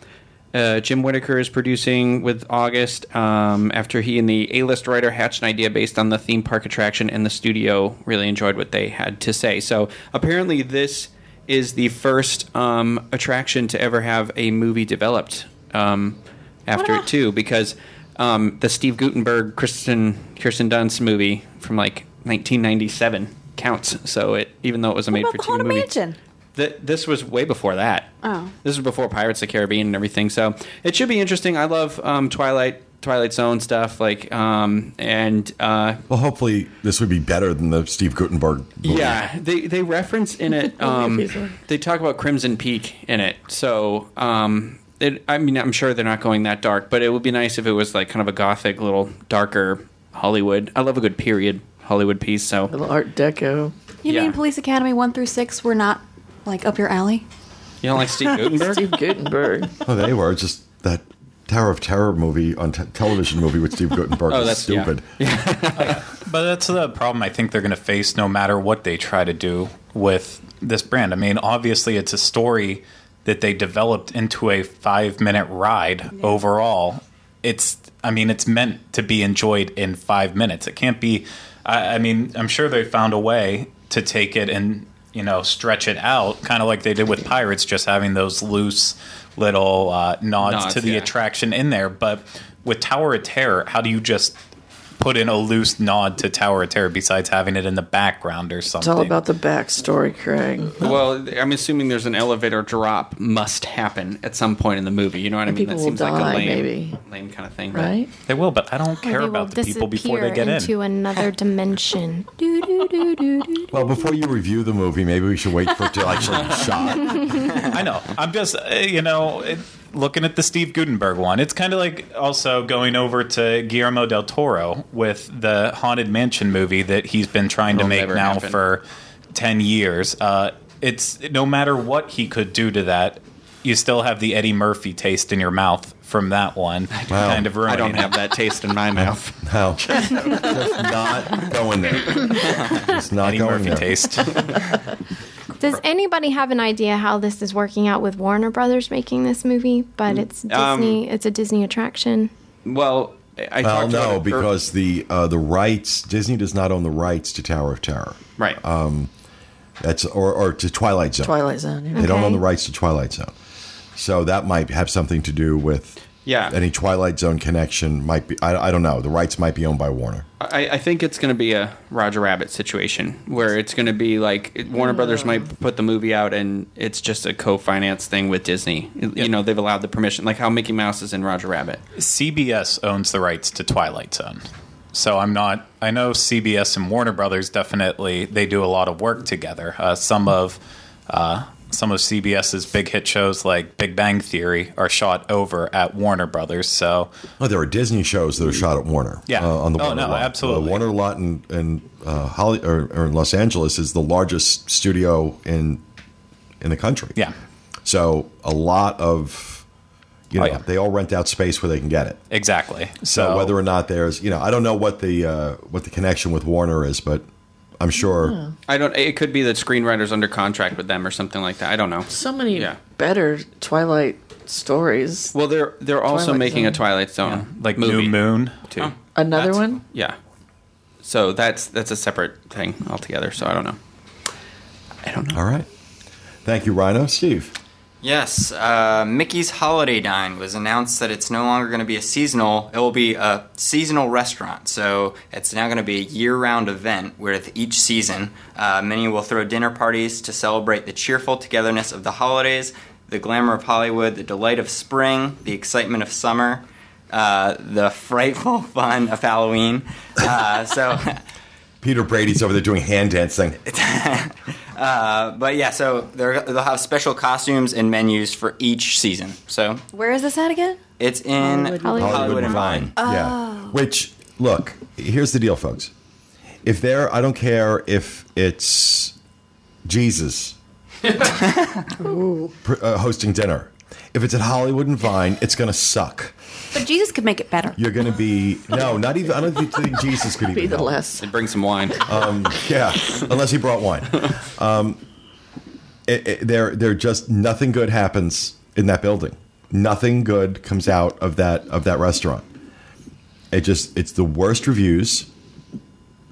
S4: uh, Jim Whittaker is producing with August um, after he and the A list writer hatched an idea based on the theme park attraction, and the studio really enjoyed what they had to say. So apparently, this is the first um, attraction to ever have a movie developed um, after it, too, because um, the Steve Gutenberg, Kristen, Kirsten Dunst movie from like 1997 counts. So it, even though it was a made
S7: about
S4: for TV
S7: Haunted
S4: movie.
S7: Mansion?
S4: Th- this was way before that.
S7: Oh.
S4: This was before Pirates of the Caribbean and everything. So it should be interesting. I love um, Twilight, Twilight Zone stuff. Like, um, and uh,
S1: Well, hopefully this would be better than the Steve Gutenberg. movie.
S4: yeah, they they reference in it. Um, they talk about Crimson Peak in it. So um, it, I mean, I'm sure they're not going that dark, but it would be nice if it was like kind of a gothic, little darker Hollywood. I love a good period Hollywood piece. So
S5: Little Art Deco.
S7: You
S4: Yeah.
S7: mean Police Academy one through six were not like up your alley?
S4: you don't like Steve Gutenberg?
S5: Steve Gutenberg.
S1: Oh, they were just that Tower of Terror movie on t- television movie with Steve Gutenberg.
S4: Oh,
S1: is
S4: that's- yeah.
S1: stupid.
S6: But that's the problem I think they're going to face no matter what they try to do with this brand. I mean, obviously, it's a story that they developed into a five minute ride overall. It's, I mean, it's meant to be enjoyed in five minutes. It can't be, I, I mean, I'm sure they found a way to take it and, you know, stretch it out, kind of like they did with Pirates, just having those loose little uh, nods,
S4: Nods,
S6: to the
S4: yeah.
S6: attraction in there. But with Tower of Terror, how do you just put in a loose nod to Tower of Terror besides having it in the background or
S5: It's
S6: something.
S5: all about the backstory, Craig.
S4: Well, I'm assuming there's an elevator drop must happen at some point in the movie. You know what I mean?
S5: people
S4: That
S5: will
S4: seems like
S5: die,
S4: a lame,
S5: maybe.
S4: lame kind of thing, but-
S5: Right?
S6: they will, but I don't
S3: Or
S6: care
S3: they
S6: about
S3: will
S6: the people before they
S3: disappear
S6: get
S3: into
S6: in.
S3: another dimension.
S7: Do, do, do, do, do.
S1: Well, before you review the movie, maybe we should wait for it to actually be shot.
S6: I know. I'm just uh, you know it, looking at the Steve Gutenberg one. It's kind of like also going over to Guillermo del Toro with the Haunted Mansion movie that he's been trying to
S4: Will
S6: make
S4: never
S6: now
S4: happen.
S6: for ten years. Uh, it's no matter what he could do to that, you still have the Eddie Murphy taste in your mouth from that one.
S1: Wow.
S6: Kind of ruining
S4: I don't
S6: it.
S4: have that taste in my mouth.
S1: No, just not going there. Just not
S6: Eddie
S1: going
S6: Murphy
S1: there.
S6: taste.
S3: Does anybody have an idea how this is working out with Warner Brothers making this movie? But it's
S4: Um,
S3: Disney. it's a Disney attraction.
S4: Well, I
S1: Well,
S4: talked about
S1: no,
S4: it ear-
S1: because the uh, the rights Disney does not own the rights to Tower of Terror.
S4: right.
S1: That's or, or to Twilight Zone.
S5: Twilight Zone. yeah.
S1: They don't
S3: Okay.
S1: own the rights to Twilight Zone, so that might have something to do with
S4: Yeah.
S1: Any Twilight Zone connection might be. I, I don't know. The rights might be owned by Warner.
S6: Uh,
S4: I, I think it's going to be a Roger Rabbit situation where it's going to be like it- Warner Brothers might put the movie out and it's just a co-finance thing with Disney. You know, they've allowed the permission, like how Mickey Mouse is in Roger Rabbit.
S6: CBS owns the rights to Twilight Zone. So I'm not. I know CBS and Warner Brothers definitely they do a lot of work together. Uh, some of uh, some of CBS's big hit shows like Big Bang Theory are shot over at Warner Brothers. So
S1: Oh, there are Disney shows that are shot at Warner.
S6: Yeah.
S1: uh, on the
S6: Oh,
S1: Warner
S6: no,
S1: lot.
S6: absolutely.
S1: The Warner lot in in uh, Holly or, or in Los Angeles is the largest studio in in the country.
S6: yeah,
S1: So a lot of you know
S6: Oh, yeah.
S1: they all rent out space where they can get it.
S6: exactly.
S1: So
S6: So,
S1: whether or not there's you know I don't know what the uh, what the connection with Warner is, but I'm sure.
S4: I don't. It could be that screenwriters under contract with them or something like that. I don't know.
S5: So many
S4: Yeah.
S5: better Twilight stories.
S4: Well, they're they're also
S5: Twilight
S4: making a
S5: Zone.
S4: Twilight Zone
S6: like
S4: movie
S6: New Moon,
S4: too.
S5: Another
S4: That's-
S5: one?
S4: Yeah. So that's that's a separate thing altogether. So I don't know. I don't know.
S1: All right. Thank you, Rhino. Steve.
S8: Yes, uh, Mickey's Holiday Dine was announced that it's no longer going to be a seasonal. It will be a seasonal restaurant, so it's now going to be a year-round event with each season. Uh, many will throw dinner parties to celebrate the cheerful togetherness of the holidays, the glamour of Hollywood, the delight of spring, the excitement of summer, uh, the frightful fun of Halloween. Uh, so.
S1: Peter Brady's over there doing hand dancing.
S8: But yeah, so they're, they'll have special costumes and menus for each season. So
S7: Where is this at again?
S8: it's in
S5: Hollywood
S8: Hollywood,
S1: Hollywood
S8: and
S1: and
S8: Vine.
S1: Vine. Yeah. Oh. Which look, here's the deal, folks. If there, I don't care if it's Jesus pr- uh, hosting dinner. If it's at Hollywood and Vine, it's going to suck.
S7: But Jesus could make it better.
S1: You're going to be no, not even. I don't think- think Jesus could even
S5: Be the
S1: help.
S5: less.
S4: Bring some wine.
S1: Yeah, unless he brought wine. Um, it, it, they're they're just nothing good happens in that building. Nothing good comes out of that of that restaurant. It just it's the worst reviews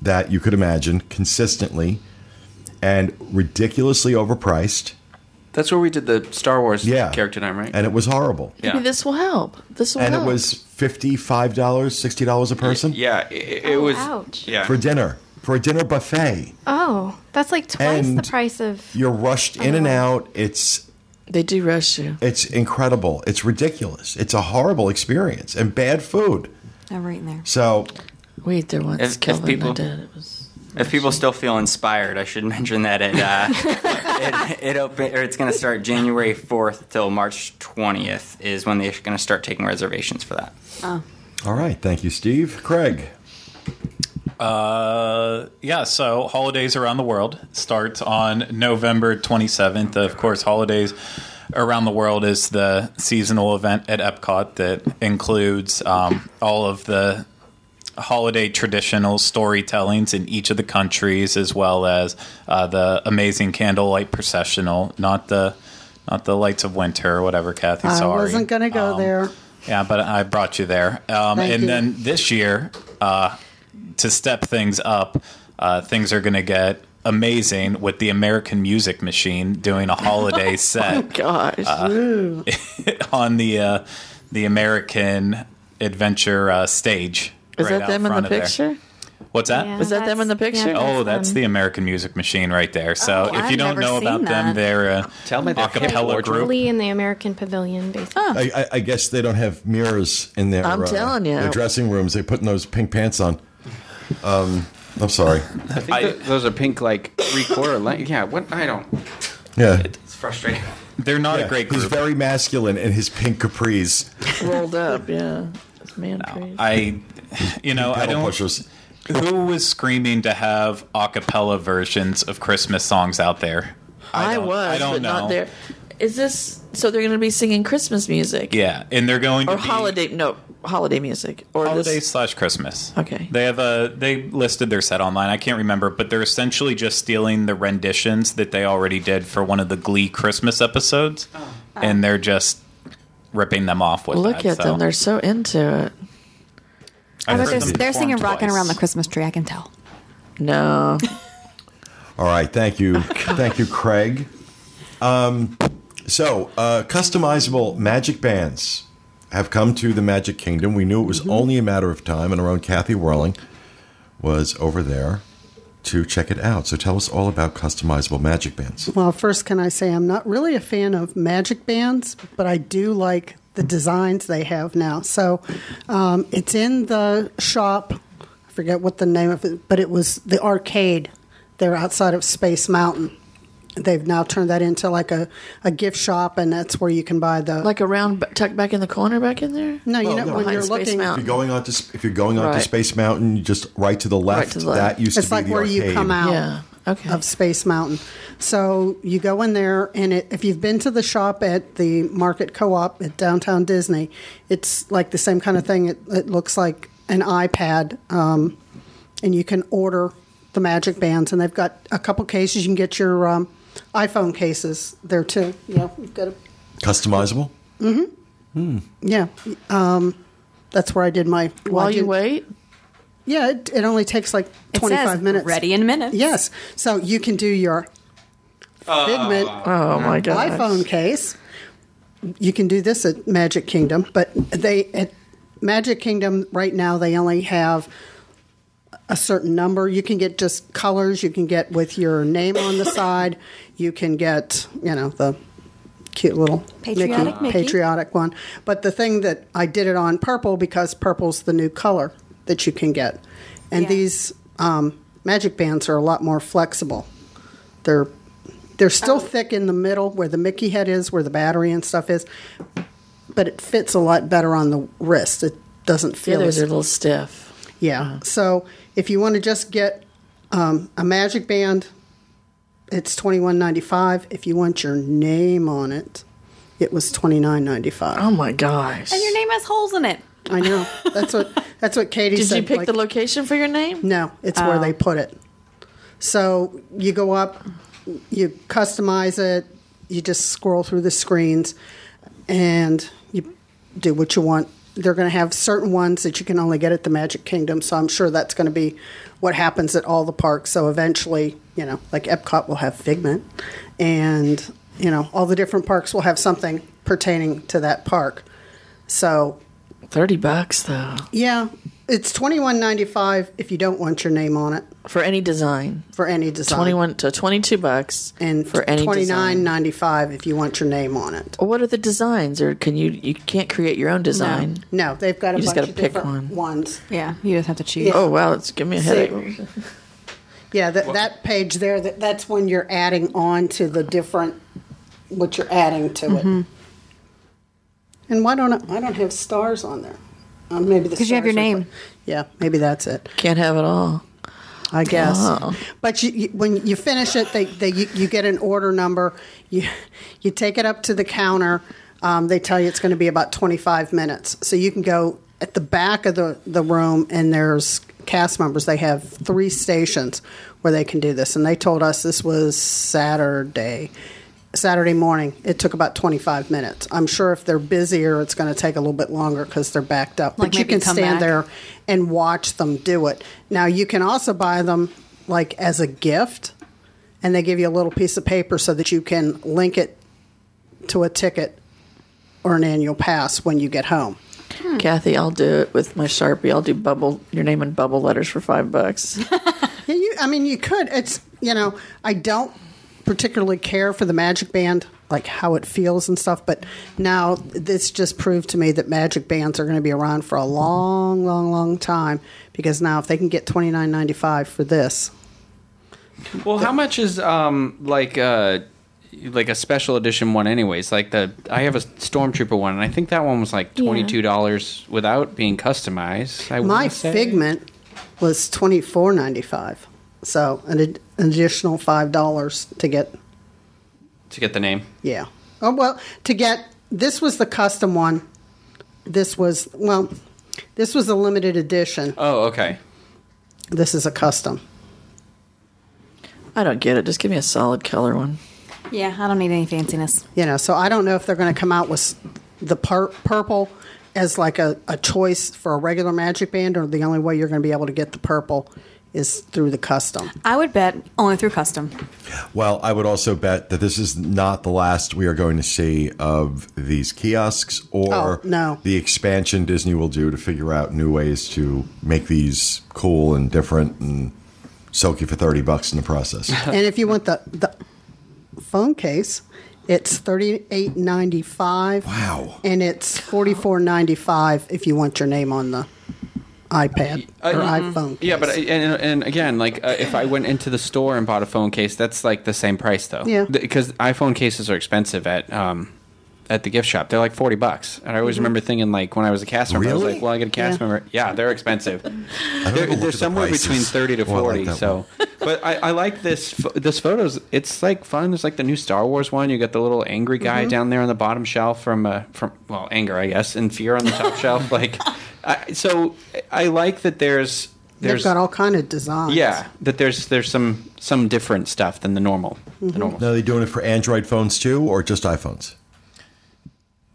S1: that you could imagine consistently and ridiculously overpriced.
S4: That's where we did the Star Wars
S1: Yeah.
S4: character time, right?
S1: And it was horrible.
S4: Yeah.
S5: Maybe this will help. This will
S1: And it
S5: help.
S1: was $55, $60 a person
S8: Yeah, it, it
S3: Oh,
S8: was.
S3: ouch.
S8: Yeah,
S1: for dinner, for a dinner buffet.
S3: Oh, that's like twice the
S1: And-
S3: price of.
S1: You're rushed in and out. It's
S5: they do rush you.
S1: it's incredible. It's ridiculous. It's a horrible experience and bad food.
S7: I'm right in there.
S1: So
S5: We ate there once,
S8: If- if
S5: Kelvin. I
S8: people-
S5: did. It was.
S8: If people still feel inspired, I should mention that it uh, it, it open, or it's going to start January fourth till March twentieth is when they're going to start taking reservations for that.
S1: All right. Thank you, Steve. Craig.
S6: Uh, yeah, so holidays around the world starts on November 27th. Of course, holidays around the world is the seasonal event at Epcot that includes um, all of the holiday traditional storytellings in each of the countries, as well as uh, the amazing candlelight processional, not the not the lights of winter or whatever. Kathy,
S2: I
S6: sorry,
S2: wasn't going to go
S6: Um,
S2: there.
S6: yeah, but I brought you there. Um,
S2: Thank
S6: and
S2: you.
S6: then this year, uh, to step things up, uh, things are going to get amazing with the American Music Machine doing a holiday set
S5: Gosh.
S6: on the uh, the American Adventure uh, stage.
S5: is
S6: right
S5: that
S6: out
S5: them in
S6: front
S5: the
S6: of there.
S5: picture?
S6: What's that?
S3: Yeah,
S5: Was that them in the
S3: that's- yeah,
S5: picture?
S6: Oh, that's
S3: them.
S6: the American Music Machine right there. So
S7: Oh,
S6: if you
S7: I've
S6: don't
S7: never
S6: know
S7: seen
S6: about them,
S7: that.
S6: they're a
S4: Tell me they're
S6: acapella
S4: fake
S6: group.
S3: Lee in the American Pavilion, basically.
S1: I, I, I guess they don't have mirrors in their. uh,
S5: I'm telling you.
S1: Their dressing rooms. They're putting those pink pants on. Um, I'm sorry.
S4: I think tho- those are pink, like three quarter length. Yeah, what? I don't.
S1: Yeah.
S8: It's frustrating.
S6: They're not a great
S1: He's
S6: group.
S1: very masculine in his pink capris.
S5: Rolled up, yeah. It's Man crazy.
S6: I, you know, I
S1: Pedal
S6: don't.
S1: pushers.
S6: Who was screaming to have a cappella versions of Christmas songs out there?
S5: I,
S6: don't-
S5: was,
S6: I don't
S5: but
S6: know.
S5: not there. Is this so? They're going to be singing Christmas music,
S6: Yeah, and they're going
S5: or
S6: to be
S5: holiday? No, holiday music, or
S6: holiday
S5: this,
S6: slash Christmas.
S5: Okay.
S6: they have a they listed their set online. I can't remember, but they're essentially just stealing the renditions that they already did for one of the Glee Christmas episodes,
S7: Oh.
S6: and they're just ripping them off with.
S5: Look
S6: that,
S5: at
S6: so.
S5: them; they're so into it.
S6: I've heard
S7: But they're,
S6: them
S7: they're
S6: perform
S7: singing "Rocking
S6: twice.
S7: Around the Christmas Tree." I can tell.
S5: No,
S1: All right, thank
S2: Oh,
S1: you, thank you, Craig. Um, so, uh, customizable magic bands have come to the Magic Kingdom. We knew it was
S2: Mm-hmm.
S1: only a matter of time, and our own Kathy Whirling was over there to check it out. So, tell us all about customizable magic bands.
S2: Well, first, can I say I'm not really a fan of magic bands, but I do like the designs they have now. So um, it's in the shop. I forget what the name of it, but it was the arcade there outside of Space Mountain. They've now turned that into like a, a gift shop, and that's where you can buy the.
S5: like around, tucked back in the corner, back in there.
S2: no, you
S1: Well,
S2: know,
S1: no,
S2: when
S1: behind
S2: you're
S5: Space
S2: looking.
S1: If
S5: Mountain.
S1: you're going on to sp- if you're going on to
S5: Right.
S1: Space Mountain, you just right to the left.
S5: to the left.
S1: That used
S2: It's
S1: to be
S2: like
S1: the
S2: where you
S1: arcade.
S2: come out.
S5: Yeah. Okay.
S2: of Space Mountain. So you go in there, and it, if you've been to the shop at the Market Co-op at Downtown Disney, it's like the same kind of thing. It, it looks like an iPad, um, and you can order the Magic Bands, and they've got a couple cases. You can get your um, iPhone cases there too. Yeah, you've got a,
S1: Customizable.
S2: yeah. Um, that's where I did my
S5: While you
S2: lodging.
S5: wait,
S2: Yeah, it, it only takes like
S7: It
S2: twenty five
S7: says,
S2: minutes.
S7: Ready in minutes.
S2: Yes, so you can do your Figment.
S5: oh my god,
S2: iPhone case. You can do this at Magic Kingdom, but they at Magic Kingdom right now they only have a certain number. You can get just colors. You can get with your name on the side. You can get you know the cute little
S7: Patriotic Mickey.
S2: patriotic one. But the thing that I did it on purple because purple's the new color that you can get, and
S7: Yeah.
S2: these um, Magic bands are a lot more flexible. They're they're
S5: Oh.
S2: still thick in the middle where the Mickey head is, where the battery and stuff is, but it fits a lot better on the wrist. It doesn't
S5: The
S2: feel
S5: others
S2: as
S5: are a little Uh-huh. stiff.
S2: yeah. So if you want to just get um, a magic band, it's twenty one ninety five. If you want your name on it, it was twenty nine ninety five.
S5: Oh my gosh.
S7: And your name has holes in it.
S2: I know. That's what that's what Katie
S5: Did
S2: said.
S5: you pick
S2: like-
S5: the location for your name?
S2: No, it's where they put it. So you go up, you customize it, you just scroll through the screens, and you do what you want. They're going to have certain ones that you can only get at the Magic Kingdom, so I'm sure that's going to be what happens at all the parks. So eventually, you know, like Epcot will have Figment, and you know, all the different parks will have something pertaining to that park. So
S5: 30 bucks though
S2: yeah, it's twenty one ninety five if you don't want your name on it
S5: for any design.
S2: for any design.
S5: 21 to 22 bucks
S2: and
S5: for any
S2: twenty nine
S5: design.
S2: ninety five if you want your name on it.
S5: What are the designs or can you you can't create your own design?
S2: No, they've got a
S5: You
S2: bunch
S5: just
S2: of
S5: gotta pick
S2: different
S5: one.
S2: ones.
S7: Yeah, you just have to choose.
S2: Yeah.
S5: Oh wow, it's give me a headache.
S2: Yeah, that that page there. That, that's when you're adding on to the different what you're adding to
S5: Mm-hmm.
S2: it. And why don't I, I don't have stars on there? Uh, maybe because
S7: you have your name.
S2: Yeah, maybe that's it.
S5: Can't have it all.
S2: I guess.
S5: Oh.
S2: But you, you, when you finish it, they, they you, you get an order number. You you take it up to the counter. Um, they tell you it's going to be about 25 minutes, so you can go at the back of the the room, and there's cast members. They have three stations where they can do this, and they told us this was Saturday. Saturday morning, it took about 25 minutes. I'm sure if they're busier, it's going to take a little bit longer because they're backed up.
S7: Like
S2: but you
S7: maybe
S2: can
S7: come
S2: stand
S7: back.
S2: there and watch them do it. Now you can also buy them like as a gift, and they give you a little piece of paper so that you can link it to a ticket or an annual pass when you get home. Hmm.
S5: Kathy, I'll do it with my Sharpie. I'll do bubble your name in bubble letters for 5 bucks.
S2: Yeah, you, I mean, you could. It's you know, I don't particularly care for the Magic Band, like how it feels and stuff. But now this just proved to me that Magic Bands are going to be around for a long, long, long time because now if they can get twenty nine ninety five for this,
S4: Well, how much is um like uh like a special edition one anyways? Like the I have a stormtrooper one and I think that one was like
S3: Yeah.
S4: twenty two dollars without being customized.
S2: My
S4: I wanna say.
S2: figment was twenty four ninety five, so an, ad- an additional five dollars to get.
S4: to get the name.
S2: Yeah. Oh well, to get this was the custom one. This was well, this was a limited edition.
S4: Oh, okay.
S2: This is a custom.
S5: I don't get it. Just give me a solid color one.
S7: Yeah, I don't need any fanciness.
S2: You know, so I don't know if they're going to come out with s- the pur- purple as like a, a choice for a regular magic band, or the only way you're going to be able to get the purple is through the custom.
S7: I would bet only through custom.
S1: Well, I would also bet that this is not the last we are going to see of these kiosks or
S2: Oh, no.
S1: the expansion Disney will do to figure out new ways to make these cool and different and soak you for 30 bucks in the process.
S2: and if you want the, the phone case, it's thirty eight ninety five.
S1: Wow.
S2: And it's forty four ninety five if you want your name on the iPad or iPhone.
S4: uh, mm-hmm. Yeah, but I-
S2: case.
S4: and, and again, like uh, if I went into the store and bought a phone case, that's like the same price though.
S2: Yeah.
S4: Because iPhone cases are expensive at um at the gift shop. They're like forty bucks. And I always remember thinking like when I was a cast member, I was
S1: Really?
S4: like, well, I get a cast
S2: Mm-hmm. Yeah.
S4: member. Yeah, they're expensive.
S1: I don't
S4: They're,
S1: ever look
S4: they're
S1: at the
S4: somewhere
S1: prices.
S4: between thirty to
S1: Oh, I like
S4: forty.
S1: that
S4: so,
S1: one.
S4: but I, I like this. pho- This photos. It's like fun. There's like the new Star Wars one. You got the little angry
S2: Mm-hmm.
S4: guy down there on the bottom shelf from uh, from well, anger I guess, and fear on the top shelf. Like, I, so I like that. There's
S2: They've
S4: there's
S2: got all kind of designs.
S4: yeah that there's there's some some different stuff than the normal.
S2: Mm-hmm.
S4: The normal.
S1: Now, are they doing it for Android phones too or just iPhones?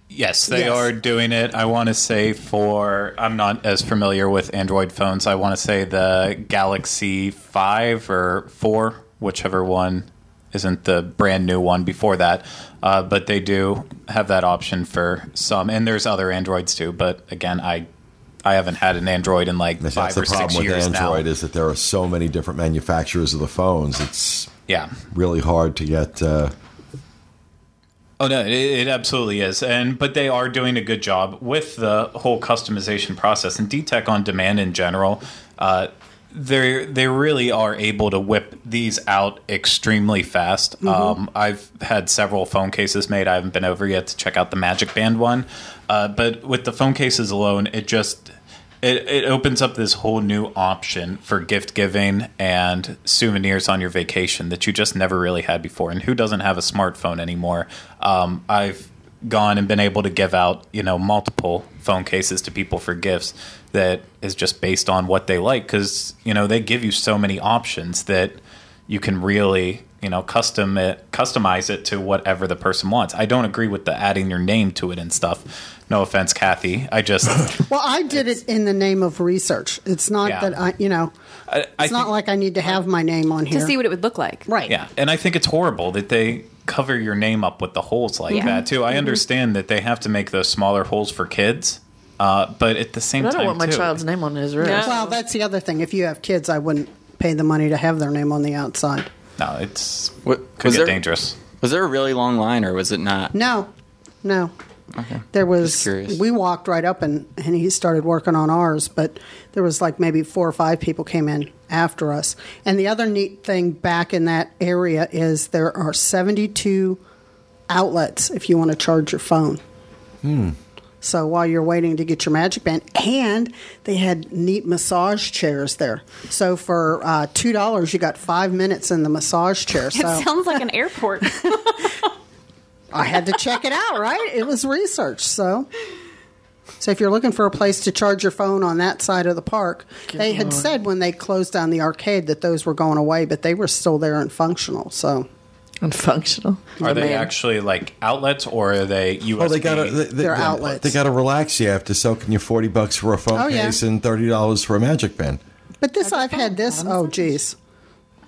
S6: Yes, they
S2: Yes.
S6: are doing it. I want to say for I'm not as familiar with Android phones. I want to say the Galaxy 5 or 4, whichever one isn't the brand new one before that. Uh, but they do have that option for some, and there's other Androids too. But again, I I haven't had an Android in like
S1: That's
S6: five
S1: the
S6: or six
S1: problem with
S6: years
S1: Android
S6: now.
S1: is that there are so many different manufacturers of the phones. It's
S6: yeah,
S1: really hard to get. Uh,
S6: Oh no, it, it absolutely is, and but they are doing a good job with the whole customization process and DTech on demand in general. Uh, they they really are able to whip these out extremely fast. Um, I've had several phone cases made. I haven't been over yet to check out the Magic Band one, uh, but with the phone cases alone, it just it, it opens up this whole new option for gift giving and souvenirs on your vacation that you just never really had before. And who doesn't have a smartphone anymore? Um, I've gone and been able to give out, you know, multiple phone cases to people for gifts that is just based on what they like because, you know, they give you so many options that you can really you know custom it customize it to whatever the person wants i don't agree with the adding your name to it and stuff no offense kathy i just
S2: Well, I did it in the name of research. It's not
S6: Yeah.
S2: that I, you know,
S6: I,
S2: it's
S6: I
S2: not
S6: think-
S2: like I need to have my name on here.
S7: to see what it would look like.
S2: right.
S6: yeah and i think it's horrible that they cover your name up with the holes like
S7: Yeah. Mm-hmm.
S6: that too i understand that they have to make those smaller holes for kids uh, but at the same
S5: I
S6: time
S5: don't want my
S6: too,
S5: child's name on his wrist.
S7: No.
S2: Well, that's the other thing. If you have kids, I wouldn't pay the money to have their name on the outside.
S6: no it's
S8: What-
S6: could
S8: was
S6: get
S8: there-
S6: dangerous
S8: Was there a really long line, or was it not?
S2: No, no. There was.
S8: Just curious.
S2: We walked right up and and he started working on ours, but there was like maybe four or five people came in after us. And the other neat thing back in that area is there are seventy two outlets if you want to charge your phone.
S8: Hmm.
S2: So while you're waiting to get your magic band, and they had neat massage chairs there. So for uh, two dollars, you got five minutes in the massage chair.
S7: It
S2: So
S7: sounds like an airport.
S2: I had to check it out, right? It was research, so. So if you're looking for a place to charge your phone on that side of the park, they had said when they closed down the arcade that those were going away, but they were still there and functional. So
S5: And functional.
S6: Are they
S5: man.
S6: actually like outlets or are they USB?
S1: Oh, they got to they,
S2: They're
S1: they-
S2: outlets.
S1: They got to relax you after soaking you forty bucks for a phone
S2: Oh, yeah.
S1: case and thirty dollars for a magic band.
S2: But this I've had this oh geez.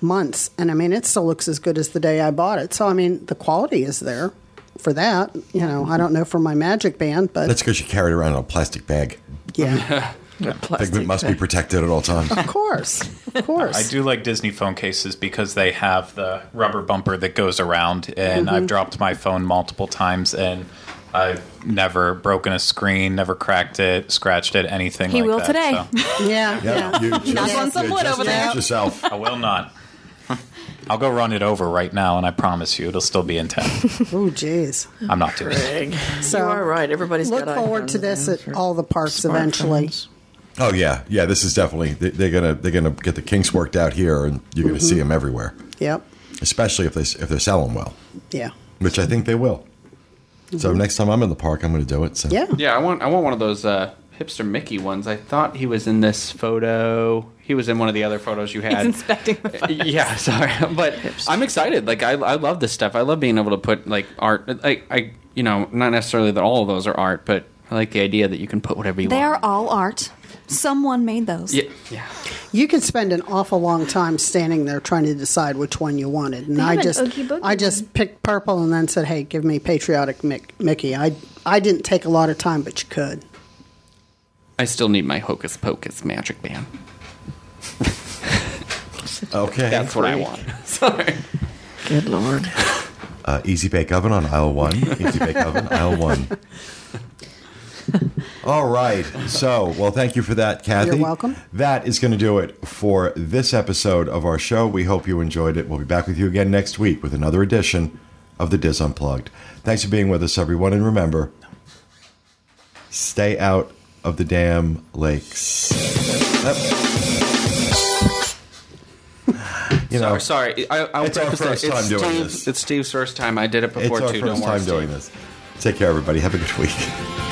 S2: Months. And I mean it still looks as good as the day I bought it. So I mean the quality is there for that. You know, I don't know for my magic band, but
S1: That's because you carry it around in a plastic bag.
S2: yeah.
S5: A plastic
S1: Pigment must be
S5: bag.
S1: protected at all times.
S2: of course. Of course.
S6: I do like Disney phone cases because they have the rubber bumper that goes around, and
S7: Mm-hmm.
S6: I've dropped my phone multiple times, and I've never broken a screen, never cracked it, scratched it, anything.
S7: He
S6: like
S7: will
S6: that,
S7: today.
S6: so
S2: Yeah.
S1: Yeah,
S2: Yeah.
S1: you just,
S7: Knock on some
S1: you
S7: wood
S1: just
S7: over there.
S1: touch Yourself.
S6: I will not. I'll go run it over right now, and I promise you, it'll still be intact.
S2: Oh geez.
S6: I'm not doing it.
S2: So
S5: you are right. Everybody's
S2: look
S5: got
S2: forward to
S5: iPhones
S2: this
S5: now
S2: at
S5: for
S2: all the parks eventually.
S5: smartphones.
S1: Oh yeah, yeah. This is definitely they, they're gonna they're gonna get the kinks worked out here, and you're gonna 'em see them everywhere,
S2: Yep.
S1: especially if they s- if they're selling well,
S2: Yeah.
S1: which I think they will. So next time I'm in the park, I'm gonna do it. So
S2: Yeah.
S4: Yeah, I want I want one of those uh, hipster Mickey ones. I thought he was in this photo. He was in one of the other photos you had.
S7: He's inspecting the photos.
S4: Yeah, sorry, but I'm excited. Like I, I love this stuff. I love being able to put like art. Like I, you know, not necessarily that all of those are art, but I like the idea that you can put whatever you
S7: They are
S4: want.
S7: all art. Someone made those.
S4: Yeah, yeah.
S2: You could spend an awful long time standing there trying to decide which one you wanted. And
S3: They
S2: I
S3: have an
S2: just
S3: Oogie Boogie
S2: I just picked purple and then said, "Hey, give me patriotic Mick, Mickey." I I didn't take a lot of time, but you could.
S4: I still need my Hocus Pocus magic band.
S1: okay.
S4: That's what I want. Sorry.
S5: Good lord.
S1: Uh, easy bake oven on aisle one. Easy bake oven aisle one. All right. So, well, thank you for that, Kathy.
S2: You're welcome.
S1: That is going to do it for this episode of our show. We hope you enjoyed it. We'll be back with you again next week with another edition of the Diz Unplugged. Thanks for being with us, everyone, and remember, stay out of the damn lakes. Up. You know,
S4: Sorry, sorry. I, I'll
S1: It's our
S4: preface that.
S1: first time
S4: it's
S1: doing
S4: Steve-
S1: this.
S4: It's Steve's first time. I did it before
S1: it's our
S4: too.
S1: 1st
S4: Don't worry,
S1: time
S4: Steve.
S1: doing this. Take care, everybody. Have a good week.